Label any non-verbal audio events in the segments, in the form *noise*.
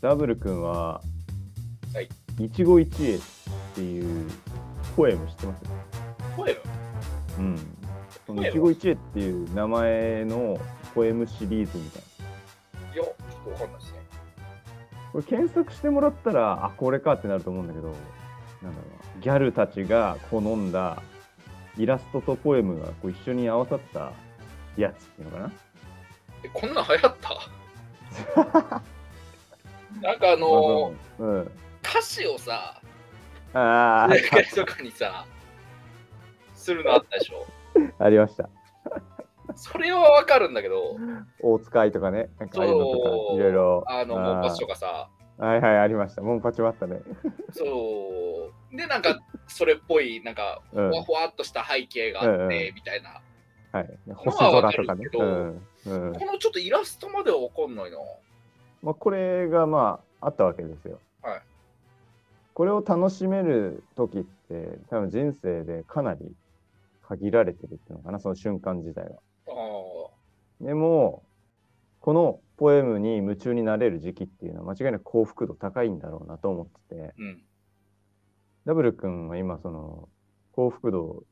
ダブル君は、はい。一期一会っていうポエム知ってます声のうん。そのポエ一ム期一会っていう名前のポエムシリーズみたいいや、ちょっとわかんないですね。な。これ検索してもらったら、あ、これかってなると思うんだけど、なんだろうな。ギャルたちが好んだイラストとポエムがこう一緒に合わさったやつっていうのかな。え、こんなん流行った *laughs* なんかあのー、まあうん。歌詞をさ、あ *laughs* 大会とかにさ、するのあったでしょ。あ、ありました。それはわかるんだけど、大使いとかね、なんかああいうのとかそ、ういろいろ。あの、モンパチとかさ、はいはい、ありました。モンパチもあったね。そう。で、なんか、それっぽい、なんか、うふん。わふわっとした背景があっうんてう、みたいな。はい。星空とかね。うまあん。うん。このちょっとイラストまではわかんないな。まあ、これがまあ、あったわけですよ。はい。これを楽しめる時って、多分人生でかなり限られてるっていうのかな、その瞬間自体は。ああ、でも、このポエムに夢中になれる時期っていうのは間違いなく幸福度高いんだろうなと思ってて、うん。ダブル君は今その幸福度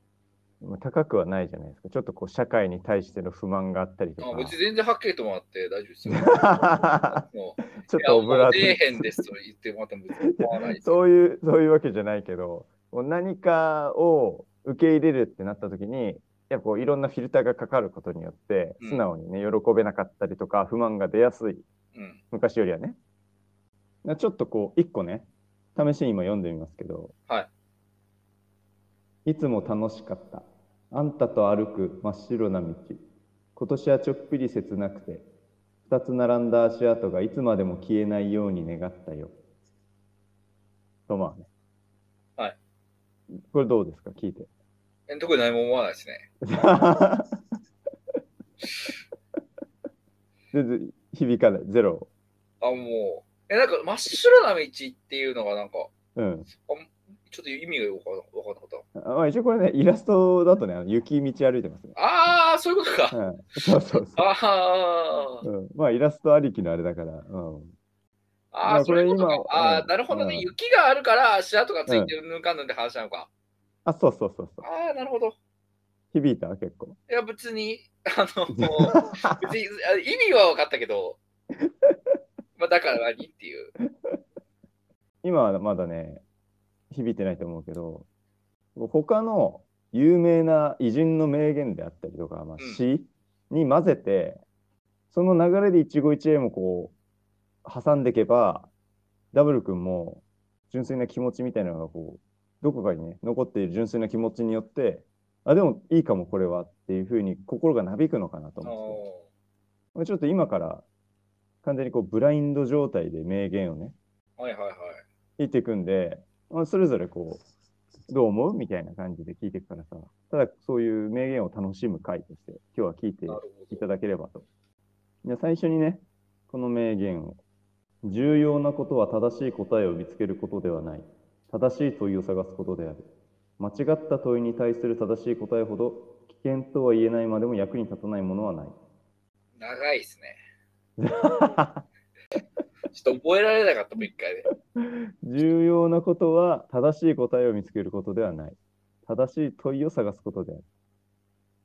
まあ高くはないじゃないですか。ちょっとこう社会に対しての不満があったりとあ *laughs* 別にか。全然はっきりともらって大丈夫 *laughs* ですよ。もうちょっいやとオブラーもう底ト辺ですと言ってもらっても別に構わないでに。すよ。そういう、そういうわけじゃないけど、こう何かを受け入れるってなった時に、やっぱこういろんなフィルターがかかることによって、うん素直にね、喜べなかったりとか、不満が出やすい。うん。昔よりはね。なちょっとこう、一個ね、試しに今読んでみますけど、。はいいつも楽しかった。あんたと歩く真っ白な道。今年はちょっぴり切なくて、二つ並んだ足跡がいつまでも消えないように願ったよ。とまあね。はい。これどうですか *laughs* 聞いて。え特に何も思わないですね。全然響かない。ゼロ。あ、もう。え、なんか真っ白な道っていうのがなんか、うん。ちょっと意味がよくわかんわかんなかっあまあ、一応これね、イラストだとね、あの雪道歩いて *laughs* ますね。た。ああ、そういうことか。うん、そうそうそああう。、うん、まあ、イラストありきのあれだから。うん。あまあ、あそれことこれか今。あうあ、んなるほどね。うん雪があるから足跡がついてるぬかんぬんって話なのか。あ、そうそうそうそう。ああ、なるほど。響いた結構。いや、別に、あ *laughs* の、もう別にあ意味は分かったけど、まあ、だから何っていう。今はまだね、響いてないと思うけど、他の有名な偉人の名言であったりとか、まあうん、詩に混ぜて、その流れで一期一会もこう、挟んでいけば、ダブル君も純粋な気持ちみたいなのがこう、どこかにね、残っている純粋な気持ちによって、あ、でもいいかもこれはっていうふうに心がなびくのかなとあ思うんですよのまあちょっと今から完全にこうブラインド状態で名言をね、はいはいはい。言っていくんで、まあ、それぞれこう、どう思うみたいな感じで聞いていくからさ、ただそういう名言を楽しむ回として、今日は聞いてなるほいど。ただければと。じゃあ最初にね、この名言を。重要なことは正しい答えを見つけることではない。正しい問いを探すことである。間違った問いに対する正しい答えほど危険とは言えないまでも役に立たないものはない。長 *laughs* いですね。ちょっと覚えられなかったもん、一回で。重要なことは正しい答えを見つけることではない。正しい問いを探すことである。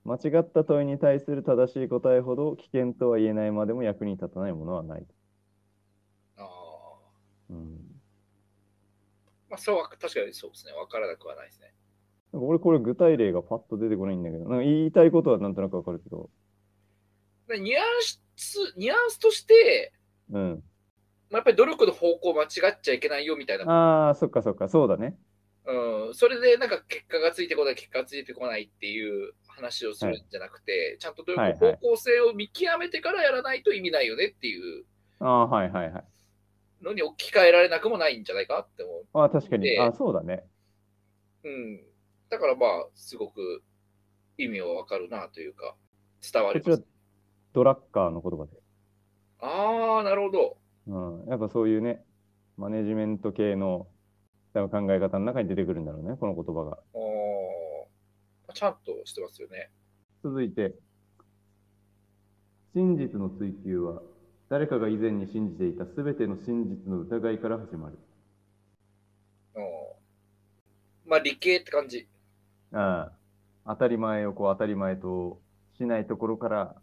間違った問いに対する正しい答えほど危険とは言えないまでも役に立たないものはない。ああ。うん、まあ、そうは確かにそうですね。分からなくはないですね。なんか俺これ具体例がパッと出てこないんだけど、なんか言いたいことはなんとなくわかるけど。でニュアンス、ニュアンスとして、うん。まあ、やっぱり努力の方向を間違っちゃいけないよみたいな。ああ、そっかそっか、そうだね。うん、それでなんか結果がついてこない、結果がついてこないっていう話をするんじゃなくて、ちゃんと努力はいのはい方向性を見極めてからやらないと意味ないよねっていうああ、はいはいはい。のに置き換えられなくもないんじゃないかって思ああ、確かに。でああ、そうだね。う。うん。だからまあ、すごく意味はわかるなというか、伝わこりっちまはす。ドラッカーの言葉で。ああ、なるほど。うん。やっぱそういうね、マネジメント系の多分考え方の中に出てくるんだろうね、この言葉が。あーちゃんとしてますよね。続いて真実の追求は誰かが以前に信じていた全ての真実の疑いから始まる。うんまあ理系って感じ。ああ当たり前をこう当たり前としないところから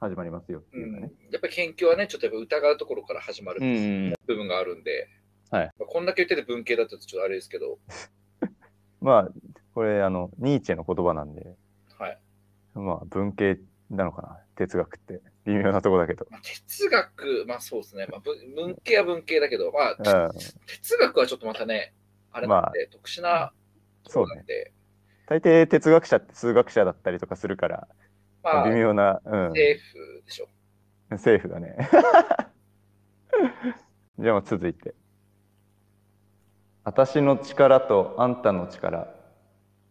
始まりますよってういうかんね。、やっぱり研究はね、ちょっとやっぱ疑うところから始まるうん部分があるんで、はいまあこんだけ言ってて文系だとちょっとあれですけど、まあ、これ、あの、ニーチェの言葉なんで、はいまあ、文系なのかな、哲学って。微妙なとこだけど。まあ、哲学、まあそうですね、まあ、文文系は文系だけど、まあ、うん哲学はちょっとまたね、あれなんで、特殊なとこそうろなねん。で、大抵哲学者って数学者だったりとかするから、まあ、微政妙な、うん、府でしょ。 *laughs* 政府だね。じゃあ、続いて。私の力とあんたの力、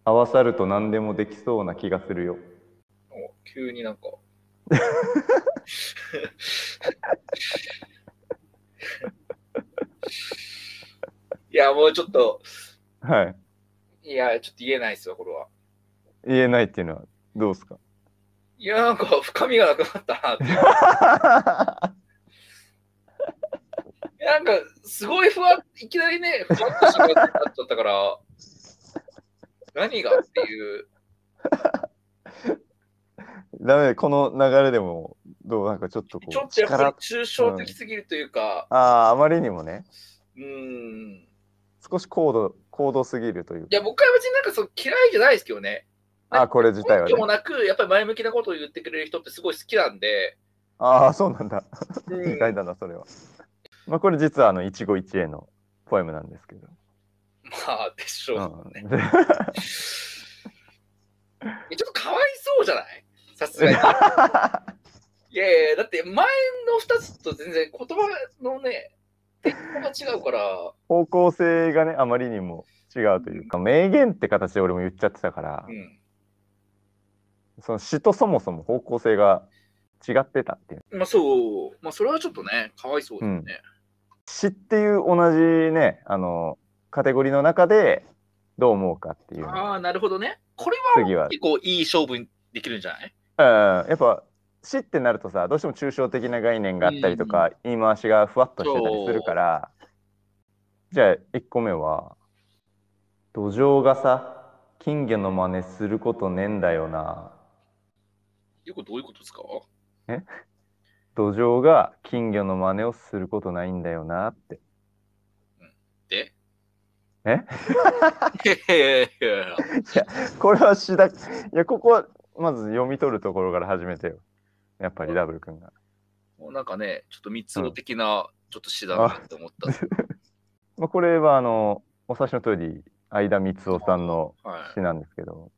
合わさると何でもできそうな気がするよ。もう急になんか。いや、もうちょっと、はい。いや、ちょっと言えないですよ、これは。言えないっていうのはどうですか *laughs* いや、なんか深みがなくなったなって。いやなんか、すごいふわっ、いきなりね、ふわっとしたことになっちゃったから、何がっていう。ダメ、この流れでも、どうなんかちょっとこう、ちょっとやっぱ力り抽象的すぎるというか、ああ、あまりにもね、うん、ん。少し高度、高度すぎるというかいや、僕は別になんかそう嫌いじゃないですけどね。ああ、これ自体は根ね拠。もなく、やっぱり前向きなことを言ってくれる人ってすごい好きなんで、ああ、そうなんだ。うん意外だな、それは。まあ、これ実は、あの、一期一会のポエムなんですけど。まあ、でしょうね。うんえちょっとかわいそうじゃないさすが *laughs* に。いやいや、だって前の2つと全然言葉のね、テイストが違うから、方向性がね、あまりにも違うというか、名言って形で俺も言っちゃってたからう、ん。その詩とそもそも方向性が違ってたっていう。まあそう、まあそれはちょっとね、かわいそうですね。詩っていう同じね、あの、カテゴリーの中で、どう思うかっていうのがああ、なるほどね。これ次はは結構いい勝負にできるんじゃなういんやっぱ死ってなるとさどうしても抽象的な概念があったりとか、言い回しがふわっとしてたりするからじゃあ1個目は「土壌がさ金魚の真似することねえんだよなよくどういうことですか土壌が金魚の真似をすることないんだよな」ってでえいやいやいやいやこれは詩だいやここはまず読み取るところから始めてよやっぱりダブル君が。もうなんかね、ちょっと三つ男的な、ちょっと詩だなって思ったんですよ。まあ、これはあのお察しの通り相田光雄さんのはい。詩なんですけど、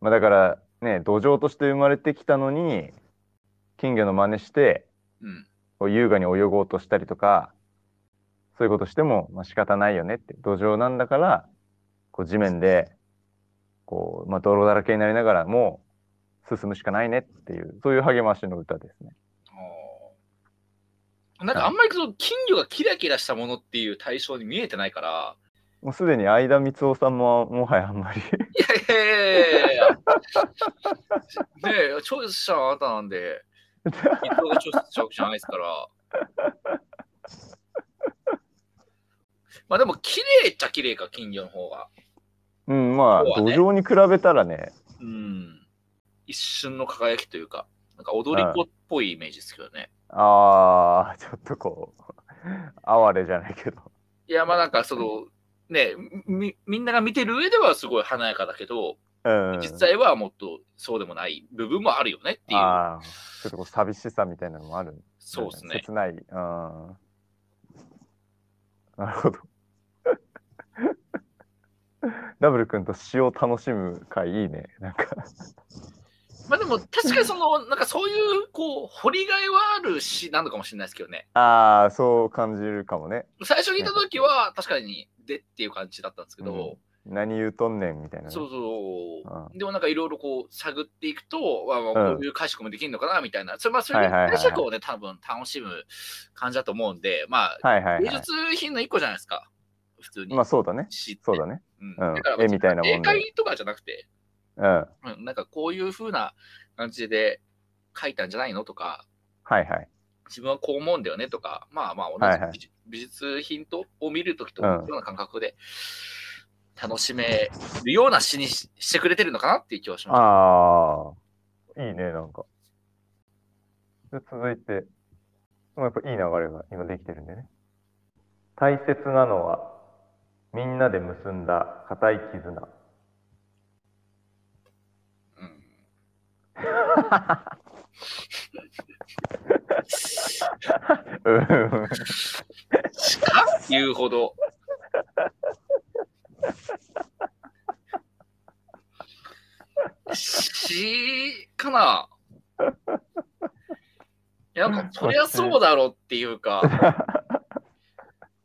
まあ、だからね土壌として生まれてきたのに金魚の真似してうん。こう優雅に泳ごうとしたりとかそういうことしてもまあ仕方ないよねって土壌なんだからこう地面でこう、まあ、泥だらけになりながらも進むしかないねっていうそういう励ましの歌ですね。あーなんかあんまりその金魚がキラキラしたものっていう対象に見えてないから、もうすでに相田光雄さんももはやあんまり *laughs* いやいやいやいやいやねえ、聴取者はあなたなんで、伊藤が聴取者じゃないですから。まあでも、綺麗っちゃ綺麗か、金魚の方が。うんまあそう土はね壌に比べたらねうん。一瞬の輝きというか、なんか踊り子っぽいイメージですけどね。あーちょっとこう哀れじゃないけどいや、まあなんかその、ねみ、みんなが見てる上ではすごい華やかだけど、うん実際はもっとそうでもない部分もあるよねっていう。ああ、ちょっとこう寂しさみたいなのもある、そうですね。切ない。うん。なるほど。 *laughs* ダブル君と詩を楽しむ会いいね。なんか、まあでも確かにその、なんかそういう、こう、掘りがいはあるし、なのかもしれないですけどね。ああ、そう感じるかもね。最初聞いた時は確かに、でっていう感じだったんですけど、何言うとんねんみたいなね、そうそう。うんでもなんかいろいろこう探っていくと、わあまあうんこういう解釈もできるのかなみたいな、それまあそういはういはいはいはい解釈をね、多分楽しむ感じだと思うんで、まあ、はいはい芸は術品の一個じゃないですか、普通い。にまあそうだね。知って。そうだね。うんうんだから絵みたいなもんで絵会とかじゃなくて、うん。はうんなんかこういう風な感じで書いたんじゃないのとか、いはい。自分はこう思うんだよねとか、まあまあ同じはいはい美術美術品とを見るときとうん同じような感覚で楽しめるような詩にししてくれてるのかなっていう気はしまああ、いいね、なんか。で続いて、もうやっぱいい流れが今できてるんでね。大切なのは、みんなで結んだ固い絆。 *laughs* す。うん、うんしか言うほど。しかないや、なんか、そりゃそうだろうっていうか。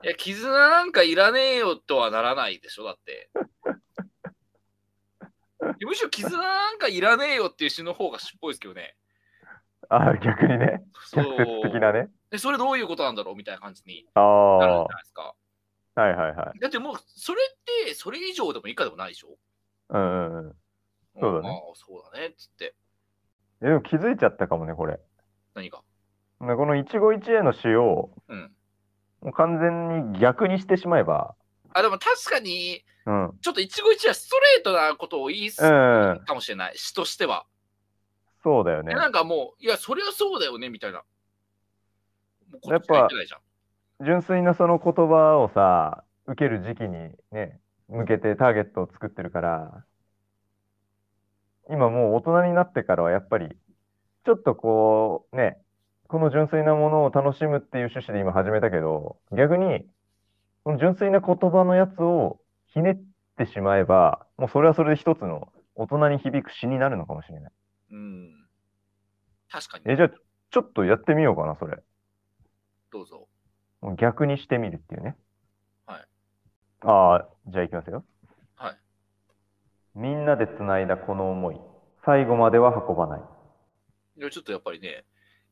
いや、絆なんかいらねえよとはならないでしょ、だって。いやむしろ絆なんかいらねえよっていう詩の方がしっぽいですけどね。ああ、逆にね。そ逆う。的なね。え、それどういうことなんだろうみたいな感じにああ、なるじゃはないですか。いはいはい。だってもう、それって、それ以上でも以下でもないでしょうんうんうん。そうだねんああ、そうだね。っつって、でも気づいちゃったかもね、これ。何か。この一期一会の詩を、うん。もう完全に逆にしてしまえば、あ、でも確かに、うん。ちょっと一期一会はストレートなことを言いすうん。かもしれない。詩としては。そうだよねえ。なんかもう、いや、そりゃそうだよね、みたいな。もうこやっっちぱが言ってないじゃん。純粋なその言葉をさ、受ける時期にね、向けてターゲットを作ってるから、今もう大人になってからはやっぱり、ちょっとこう、ね、この純粋なものを楽しむっていう趣旨で今始めたけど、逆に、この純粋な言葉のやつをひねってしまえば、もうそれはそれで一つの大人に響く詩になるのかもしれない。うん。確かに、え、じゃあ、ちょっとやってみようかな、それ。どうぞ。もう逆にしてみるっていうね。はい。ああ、じゃあ行きますよ。はい。みんなでつないだこの思い。最後までは運ばない。いや、ちょっとやっぱりね、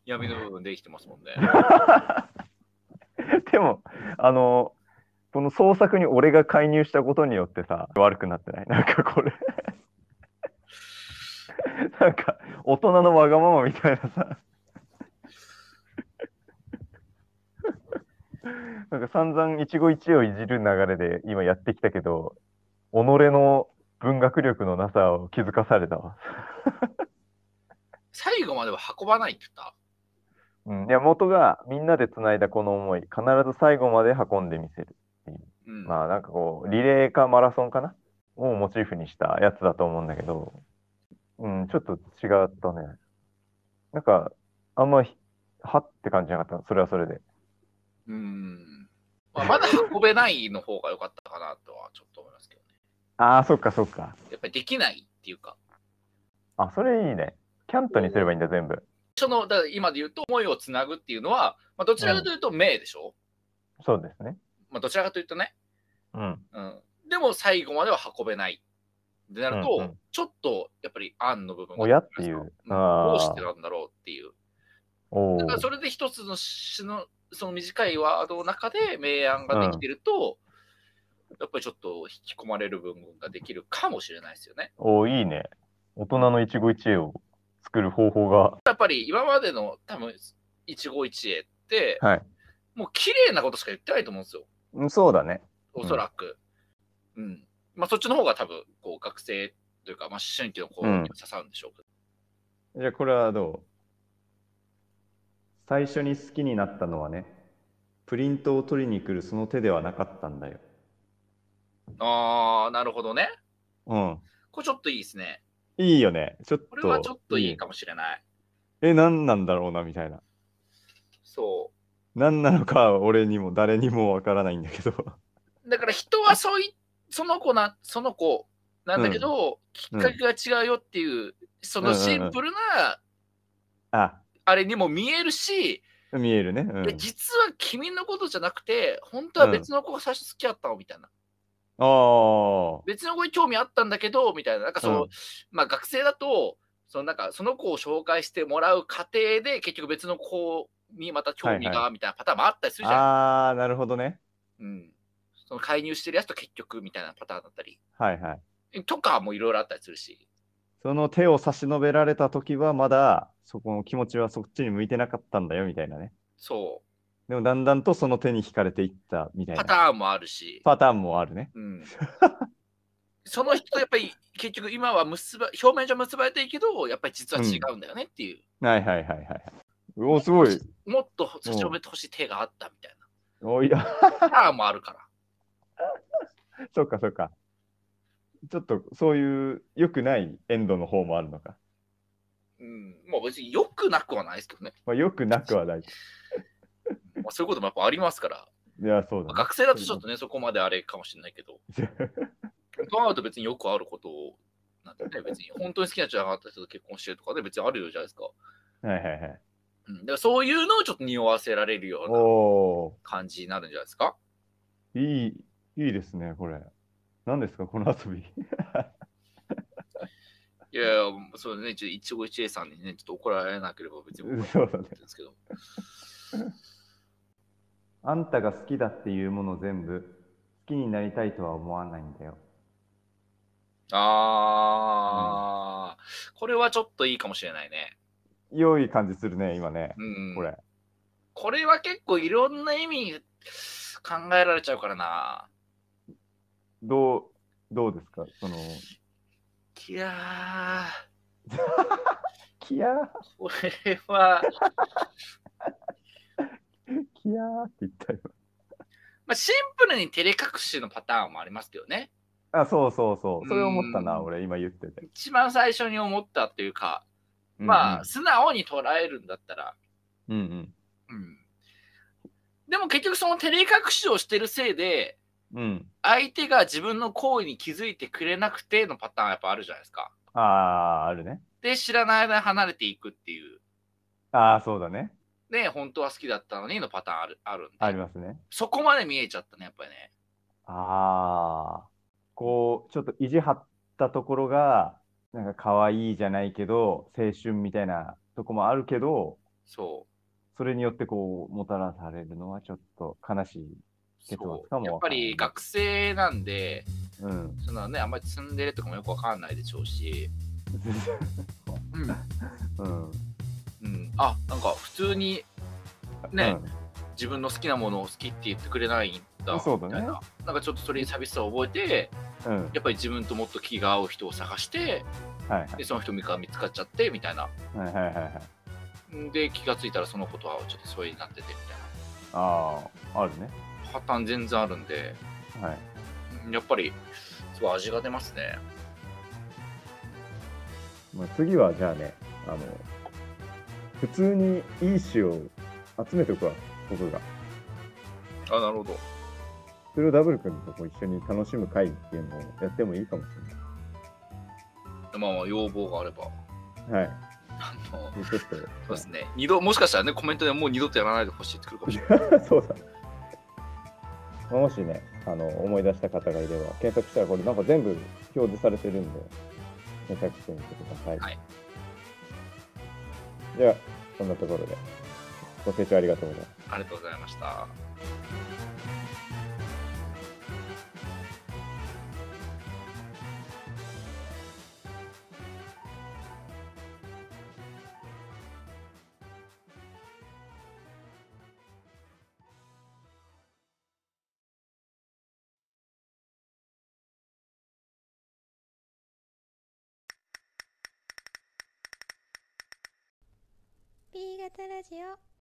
闇の部分できてますもん *laughs* ね。でも、あの、この創作に俺が介入したことによってさ、悪くなってない。なんかこれ。なんか、大人のわがままみたいなさ。なんか散々一期一会をいじる流れで今やってきたけど、己の文学力のなさを気づかされたわ。最後までは運ばないって言った。うん、いや、元がみんなで繋いだこの思い、必ず最後まで運んでみせる。うん。まあなんかこう、リレーかマラソンかなをモチーフにしたやつだと思うんだけど、うん、ちょっと違ったね。なんか、あんまひ、はって感じじゃなかった。それはそれで。うん。まあ、まだ運べないの方が良かったかなとはちょっと思いますけどね。ああ、そっかそっか。やっぱりできないっていうか、あ、それいいね。キャントにすればいいんだ、全部。その、だから今で言うと、思いをつなぐっていうのは、まあ、どちらかというと、名でしょ、そうですね。まあ、どちらかというとね。うん。うん。でも、最後までは運べない。でなると、うんうんちょっと、やっぱり、案の部分が。親っていう。うんどあうしあて。なんだろうっていう。おだおか。ら、それで一つの詩の、その短いワードの中で、明暗ができてると、やっぱりちょっと引き込まれる部分ができるかもしれないですよね。おお、いいね。大人の一期一会を作る方法が。やっぱり今までの多分一期一会って、はいもう綺麗なことしか言ってないと思うんですよ、うん、そうだね。おそらく。うん。まあそっちの方が多分こう学生というか、まあ、思春期の子にうん刺さるんでしょうけじゃあこれはどう最初に好きになったのはね、プリントを取りに来るその手ではなかったんだよ。ど。ああ、なるほどね。うん。これちょっといいですね。いいよね。ちょっと。これはちょっといいか。かもしれない。え、何なんだろうな、みたいな。そ何なのか、俺にも誰にもわからないんだけど。 *laughs* う。だから人はそういその子な、その子なんだけうど、んきっかけが違うよっていう、そのシンプルなあ、あれにも見えるし、見えるね。うでん。実は君のことじゃなくて、本当は別の子が最初好きだったのみたいな。ああ。別の子に興味あったんだけど、みたいな。なんかその、うんまあ学生だと、そのなんかその子を紹介してもらう過程で、結局別の子にまた興味はいが、みたいなパターンもあったりするじゃん。ああ、なるほどね。うん。その介入してるやつと結局みたいなパターンだったり。はいはい。とかもいろいろあったりするし。その手を差し伸べられた時は、まだ、そこの気持ちはそっちに向いてなかったんだよ、みたいなね。そでもだんだんとその手に惹かれていったみたう、いパなターンもあるし、パターンもあるね。 *laughs* うん、その人とやっぱり結局今は結ば表面上結ばれていいけど、やっぱり実は違うんだよねっていう、はいはいはいはいはい。おすごい。もっと差し伸べてほしい手があったみたいおいや、 *laughs* な、パターンもあるから。そっかそっか。ちょっとそういう良くないエンドの方もあるのか。うん、まあ別に良くなくはないですけ *laughs* どね。まあ良くなくはない。まあ、そういうこともやっぱありますから、いや、そうまあだ、学生だとちょっとね、そこまであれかもしれないけど、ね。そうなると別によくあることなん *laughs* てね、別に本当に好きな人があった人と結婚してるとかで別にあるじゃないですか。 *laughs* はいはいはい。うん、だからそういうのをちょっと匂わせられるようおなお感じになるんじゃないですか。ー、いい、いいですね、これ。何ですか、この遊び。 *laughs* いやいや、そうね、ちょっと一期一会さんにね、ちょっと怒られなければ別に僕そはうだね思ってるんですけ *laughs* ど。あんたが好きだっていうもの全部、好きになりたいとは思わないんだよ。あー、これはちょっといいかもしれないね。良い感じするね、今ね。うん、これ。これは結構いろんな意味考えられちゃうからな。どう、どうですか、その。いやキヤー、ー、これは、 *laughs* キヤーって言ったよ。まあ、シンプルに照れ隠しのパターンもありますけどね。あ、そうそうそう。それ思ったな、うん俺、今言ってて。一番最初に思ったというか、うんまうあ、ん素直に捉えるんだったら、うんうん。うん。でも結局その照れ隠しをしてるせいで、うん。相手が自分の行為に気づいてくれなくてのパターンやっぱあるじゃないですか。ああ、あるね。で、知らない間に離れていくっていう。ああ、そうだね。で、本当は好きだったのにのパターンあるあるんで。ありますね。そこまで見えちゃったね、やっぱりね。ああ。こう、ちょっと意地張ったところが、なんか可愛いじゃないけど、青春みたいなとこもあるけど、そそれによってこう、もたらされるのはちょっと悲しい。う。結構そかうもやっわぱかんないり学生なんで、うん。 *laughs* そのね、あんまりツンデレとかもよくわかんないでしょうし、ううん、ん。うん、あなんか普通にね、うん自分の好きなものを好きって言ってくれないんだそうだねみたいななんかちょっとそれに寂しさを覚えてうん。やっぱり自分ともっと気が合う人を探してはいでその人が見つかっちゃってみたいなはいはいはいはいはい。で気がついたらそのことはちょっとそうになっててみたいああ、あるね。なパターン全然あるんではい。うんやっぱりすごい味が出ますねまあ、次はじゃあね、あの、普通にいい詩を集めておくわ、僕が。あなるほどそれをダブル君とこう一緒に楽しむ会っていうのをやってもいいかもしまあまあ要望があればれない。はあのい。ちょっそうですね二度もしかしたらねコメントでもう二度とやらないでほしいってくるかもしれないと、 *laughs* そうだ。まあもしね、あの、思い出した方がいれば、検索したらこれなんか全部表示されてるんで、検索してみてください。はいじゃあ、こんなところで。ご清聴ありがとうございます。ありがとうございました。 B 型ラジオ